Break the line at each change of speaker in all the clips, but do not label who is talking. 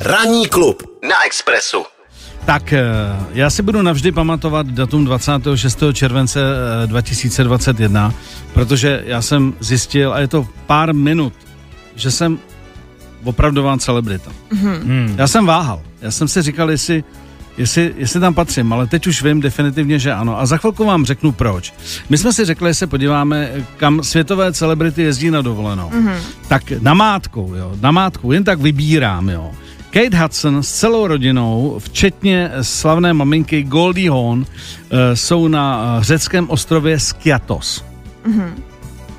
Ranní klub na Expressu.
Tak eh, já si budu navždy pamatovat datum 26. července eh, 2021, protože já jsem zjistil, a je to pár minut, že jsem opravdová celebrita. Mm-hmm. Já jsem váhal. Já jsem si říkal, jestli, jestli, jestli tam patřím, ale teď už vím definitivně, že ano. A za chvilku vám řeknu proč. My jsme si řekli, že se podíváme, kam světové celebrity jezdí na dovolenou.
Mhm.
Mm-hmm. Tak namátkou, jo, namátkou, jen tak vybírám, jo. Kate Hudson s celou rodinou, včetně slavné maminky Goldie Hawn, eh, jsou na eh, řeckém ostrově Skiatos.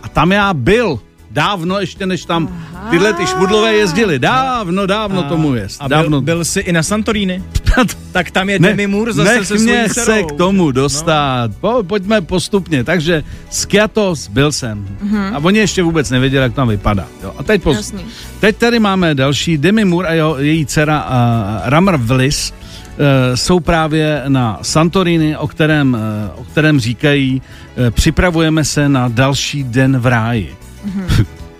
A tam já byl. Dávno, ještě než tam tyhle ty šmudlové jezdili. Dávno, dávno tomu jest.
A
dávno.
byl, byl jsi i na Santorini? Tak tam je
Ne-
Demi Moore zase
nech
se
mě
svojí
se
dcerou. No.
k tomu dostat. Po, pojďme postupně. Takže Skiatos byl jsem. A oni ještě vůbec nevěděli, jak tam vypadá. Jo. A teď, poz...
Jasný.
teď tady máme další. Demi Moore a jeho, její dcera uh, Ramr Vlis uh, jsou právě na Santorini, o kterém, uh, o kterém říkají, uh, připravujeme se na další den v ráji.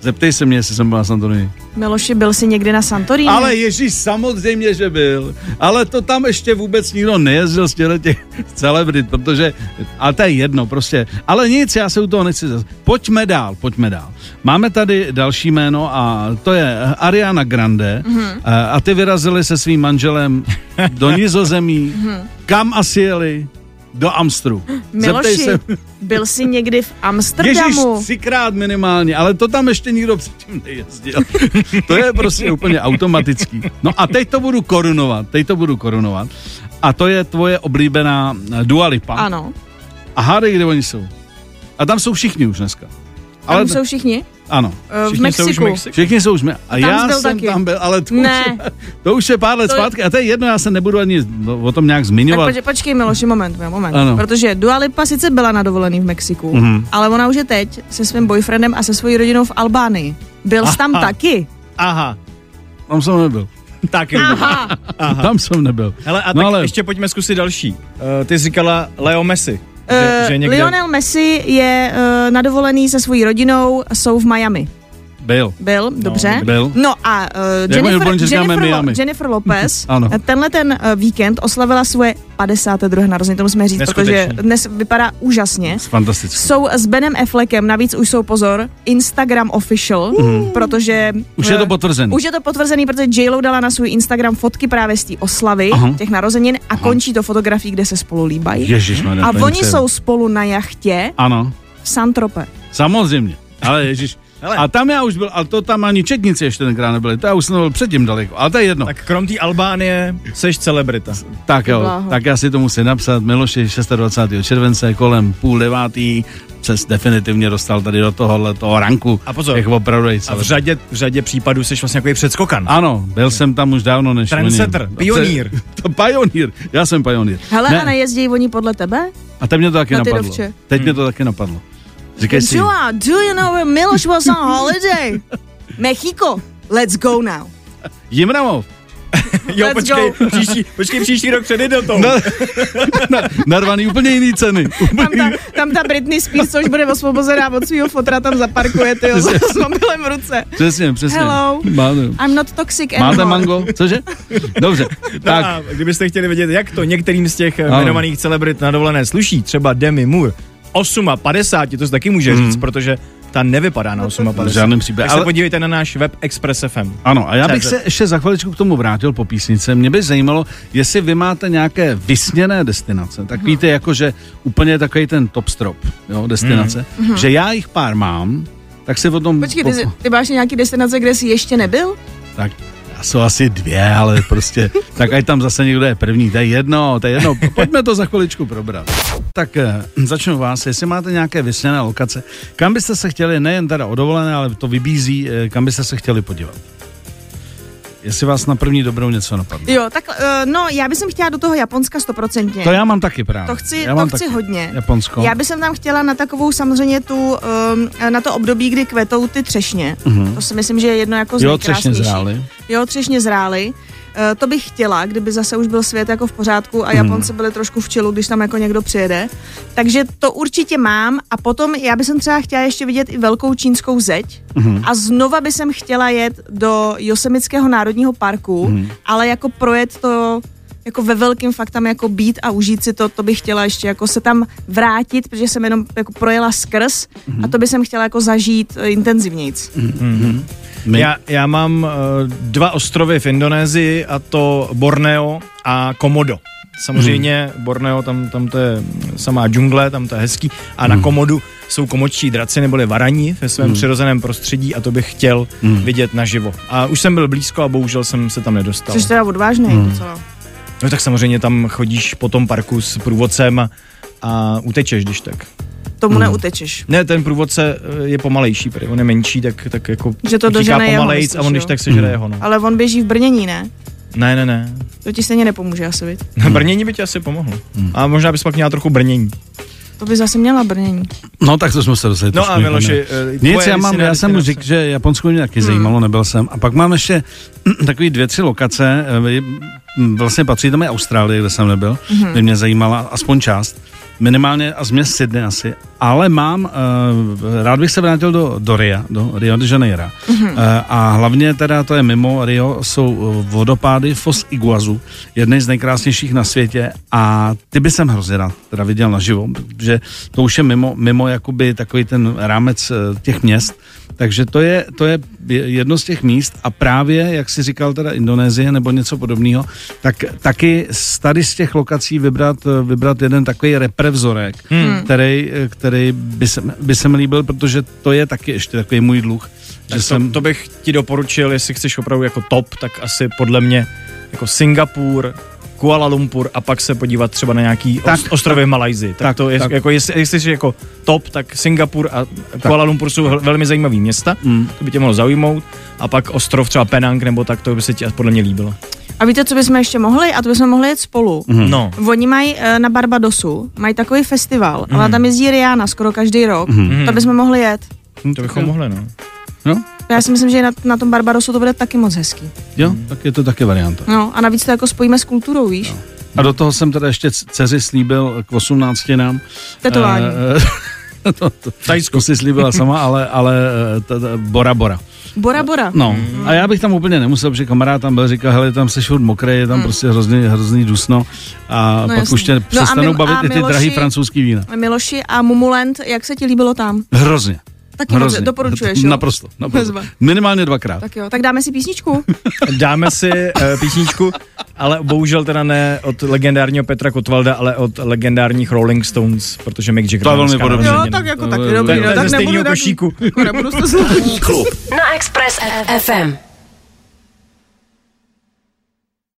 Zeptej se mě, jestli jsem byl na Santorini.
Miloši, byl jsi někdy na Santorini?
Ale Ježíš samozřejmě, že byl. Ale to tam ještě vůbec nikdo nejezdil z těchto těch celebrit, protože, ale to je jedno prostě. Ale nic, já se u toho nechci zase. Pojďme dál, pojďme dál. Máme tady další jméno a to je Ariana Grande mm-hmm. a ty vyrazili se svým manželem do Nizozemí. Kam asi jeli? Do Amstru. Zeptej
Miloši,
se-
byl jsi někdy v
Ježíš,
Amsterdamu?
třikrát minimálně, ale to tam ještě nikdo předtím nejezdil. to je prostě úplně automatický. No a teď to budu korunovat, teď to budu korunovat. A to je tvoje oblíbená eh, Dua Lipa.
Ano,
A hádej, kde oni jsou. A tam jsou všichni už dneska.
ale tam jsou všichni?
Ano.
Eh, V
Všichni jsou už v
Mexiku.
Mexiku.
Všichni jsou už mě. A já
jsi byl
jsem
taky.
tam byl, ale to,
Ne.
už je, to už je pár let
To je-
zpátky. A to je jedno, já se nebudu ani o tom nějak
Tak
zmiňovat.
poč- počkej Miloši, moment, moment.
Ano.
Ano. Protože Dua Lipa sice byla na dovolený v Mexiku,
Mhm.
ale ona už je teď se svým boyfriendem a se svojí rodinou v Albánii. Byl jsi tam
Aha.
taky?
Aha,
Tam jsem nebyl.
tak jo.
Aha,
Aha.
Tam jsem nebyl.
Hele, a tak
No
ale...
ale-
ještě pojďme zkusit další. Uh, ty jsi říkala Leo Messi. Že,
Eh,
že někde...
Lionel Messi je eh, na dovolený se svojí rodinou, jsou v Miami.
Byl.
Byl, dobře.
byl. Jako
No a uh,
oni
Jennifer,
úplně, že říkáme
Jennifer, Lo-
Miami.
Jennifer Lopez
Ano.
tenhle ten eh, víkend oslavila svoje 52. narozeniny, to musíme říct, protože
Neskutečný.
dnes vypadá úžasně.
Fantastický.
Jsou s Benem Affleckem, navíc už jsou pozor, Instagram official, protože...
Mhm. Už je to
eh,
potvrzený.
Už je to potvrzený, protože j dala na svůj Instagram fotky právě z té oslavy,
Aha.
těch narozenin a končí to fotografií, kde se spolu líbají.
Ježíš,
a oni jsou spolu na jachtě
Ano.
v Santrope.
Samozřejmě, ale ježiš.
Hele.
A tam já už byl, ale to tam ani četnici ještě tenkrát nebyli, to já už jsem byl předtím daleko, ale to je jedno. Tak,
Tak krom té Albánie seš celebrita.
tak jo,
bláho.
tak já si to musím napsat, Miloši 26. července kolem půl devátý přes definitivně dostal tady do tohohle toho ranku.
A pozor.
Těch opravdu
A v řadě, v řadě případů seš vlastně takový předskokan.
Ano, byl jsem tam už dávno než oni.
Trendsetter, pionýr.
To, pionýr, já jsem pionýr.
Hele,
Ne,
a nejezdí oni podle tebe?
a teď mě to taky
Na ty
napadlo.
dovče.
Teď
Hmm.
mě to taky napadlo. Říkej si,
Dua, do you know where Miloš was on holiday? Mexico, let's go now.
Jimramov,
Jo,
Let's
počkej,
go.
příští, počkej, příští rok před Ideltou.
No. narvaný úplně jiný ceny.
Tam ta, tam ta Britney Spears, což bude osvobozená od svého fotra, tam zaparkuje, tyjo, s s mobilem v ruce.
Přesně, přesně.
Hello.
Máte,
I'm not toxic anymore.
máte mango? Cože? Dobře,
Tak.
tak.
A kdybyste chtěli vědět, jak to některým z těch
Ano.
ano. jmenovaných celebrit na dovolené sluší, třeba Demi Moore, 8 a 50, to se taky může říct, protože ta nevypadá na 8 a 50.
V žádném případě,
Tak se
ale-
podívejte na náš web Express FM.
Ano, a já bych
CZ.
se ještě za chviličku k tomu vrátil po písnice. Mě by zajímalo, jestli vy máte nějaké vysněné destinace. Tak víte, jako že úplně takový ten top strop, jo, destinace. Že já jich pár mám, tak si o tom...
Počkej, ty, jsi- ty máš nějaký destinace, kde jsi ještě nebyl?
Tak já jsou asi dvě, ale prostě, tak ať tam zase někdo je první, to je jedno, to je jedno, pojďme to za chviličku probrat. Tak eh, začnu vás, jestli máte nějaké vysněné lokace, kam byste se chtěli, nejen teda o dovolené, ale to vybízí, eh, kam byste se chtěli podívat. Jestli vás na první dobrou něco napadne.
Jo, tak eh, no, já bych chtěla do toho Japonska stoprocentně.
To já mám taky právě.
To chci,
já
to
mám
chci
taky.
hodně.
Japonsko.
Já bych tam chtěla na takovou samozřejmě tu, um, na to období, kdy kvetou ty třešně. To si myslím, že je jedno jako z
Mhm. Jo, třešně
nejkrásnějších.
zrály.
Jo, třešně zrály. Eh, To bych chtěla, kdyby zase už byl svět jako v pořádku a Japonci byli trošku v čilu, když tam jako někdo přijede. Takže to určitě mám a potom já bych třeba chtěla ještě vidět i velkou čínskou zeď a znova bych jsem chtěla jet do Josemického národního parku, ale jako projet to jako ve velkým fakt tam jako být a užít si to, to bych chtěla ještě jako se tam vrátit, protože jsem jenom jako projela skrz a to bych jsem chtěla jako zažít eh, intenzivnějc.
My-
Já, já mám uh, dva ostrovy v Indonésii a to Borneo a Komodo. Samozřejmě Borneo, tam, tam to je samá džungle, tam to je hezký. A na Komodu jsou komočí draci neboli varaní ve svém přirozeném prostředí a to bych chtěl vidět naživo. A už jsem byl blízko a bohužel jsem se tam nedostal.
Což teda odvážný, hmm. docela.
No tak samozřejmě tam chodíš po tom parku s průvodcem a, a utečeš, když tak.
Tomu neutečeš.
Ne, ten průvodce eh, je pomalejší, prý, on je menší, tak, tak jako
Že to
utíká
dožene jeho,
pomalejc a
myslíš,
on když
jo?
tak sežere jeho. No.
Ale on běží v Brnění, ne?
Ne, ne, ne.
To ti stejně nepomůže asi, viď?
Na brnění by ti asi pomohlo. A možná bys pak měla trochu brnění.
To by zase měla Brnění.
No tak to jsme se dostali.
No
trošku
a
někam
Miloši,
jinam.
eh,
Nic,
tvoje
já, mám, já
destinace-
jsem mu řekl, že Japonsko mě taky zajímalo, nebyl jsem. A pak mám ještě takový dvě, tři lokace, eh, je- m, vlastně patří tam i Austrálie, kde jsem nebyl, kde mě zajímala aspoň část, minimálně a z měst Sydney asi, ale mám, eh, rád bych se vrátil do, do Ria, do Rio de Janeiro. Eh, A hlavně teda to je mimo Rio, jsou eh, vodopády Fos Iguazu, jedny z nejkrásnějších na světě a ty by jsem hrozně rád teda viděl naživo, protože to už je mimo, mimo jakoby takový ten rámec eh, těch měst, takže to je, to je jedno z těch míst a právě, jak si říkal teda Indonésie nebo něco podobného, tak taky z tady z těch lokací vybrat, vybrat jeden takový reprevzorek, hmm. který, který by, se, by se mi líbil, protože to je taky ještě takový můj dluh,
Tak
že
to,
jsem...
to bych ti doporučil, jestli chceš opravdu jako top, tak asi podle mě jako Singapur, Kuala Lumpur a pak se podívat třeba na nějaký
Tak,
tak, ostrovy v Malajzi. Tak,
tak,
tak to je,
tak.
tak. jako jestli, jestli jsi jako top, tak Singapur a Kuala Lumpur jsou hl- velmi zajímavé města,
Mm.
mm. to by tě mohlo zaujmout. A pak ostrov třeba Penang nebo tak, to by se ti podle mě líbilo.
A víte, co bychom ještě mohli? A to bychom mohli jet spolu.
Mhm.
Mm. No.
Oni mají eh, na Barbadosu, mají takový festival,
Mhm.
mm. ale tam jezdí Rihanna skoro každý rok. Mm. To bychom mohli jet.
To bychom mohli, no.
No,
Já si myslím, že na, na tom Barbadosu to bude taky moc hezký.
jo,
Hmm.
tak je to taky varianta.
No a navíc to jako spojíme s kulturou, víš? No.
A do toho jsem teda ještě c- dceři slíbil k 18 nám.
Tetování.
Eh, to, to, to si slíbila sama, ale, ale eh, ta- ta- Bora Bora.
Bora Bora.
No,
Hmm.
a já bych tam úplně nemusel, protože kamarád tam byl, říkal, hele, tam se furt mokré, je tam prostě hrozný, hrozný dusno a
Hmm. No
pak
jasně.
už tě
No a
přestanou
Mil-
bavit
a
i ty
Miloši-
drahý francouzský vína.
Miloši a Mumulent, jak se ti líbilo tam?
Hrozně.
Taky moc
Hrozně.
doporučuješ, jo?
Naprosto. naprosto.
Bezva.
Minimálně dvakrát.
Tak jo, tak dáme si písničku.
Dáme si uh, písničku, ale bohužel teda ne od legendárního Petra Kotvalda, ale od legendárních Rolling Stones, protože Mick Jagger
To je
má
velmi
dneska
podobný.
narozeniny.
jo, tak jako
To
taky
je-
dobrý.
to je
no,
ze
tak
stejného
nebudu tak-
košíku.
Jako nebudu se zlobit.
Klub
na Express FM.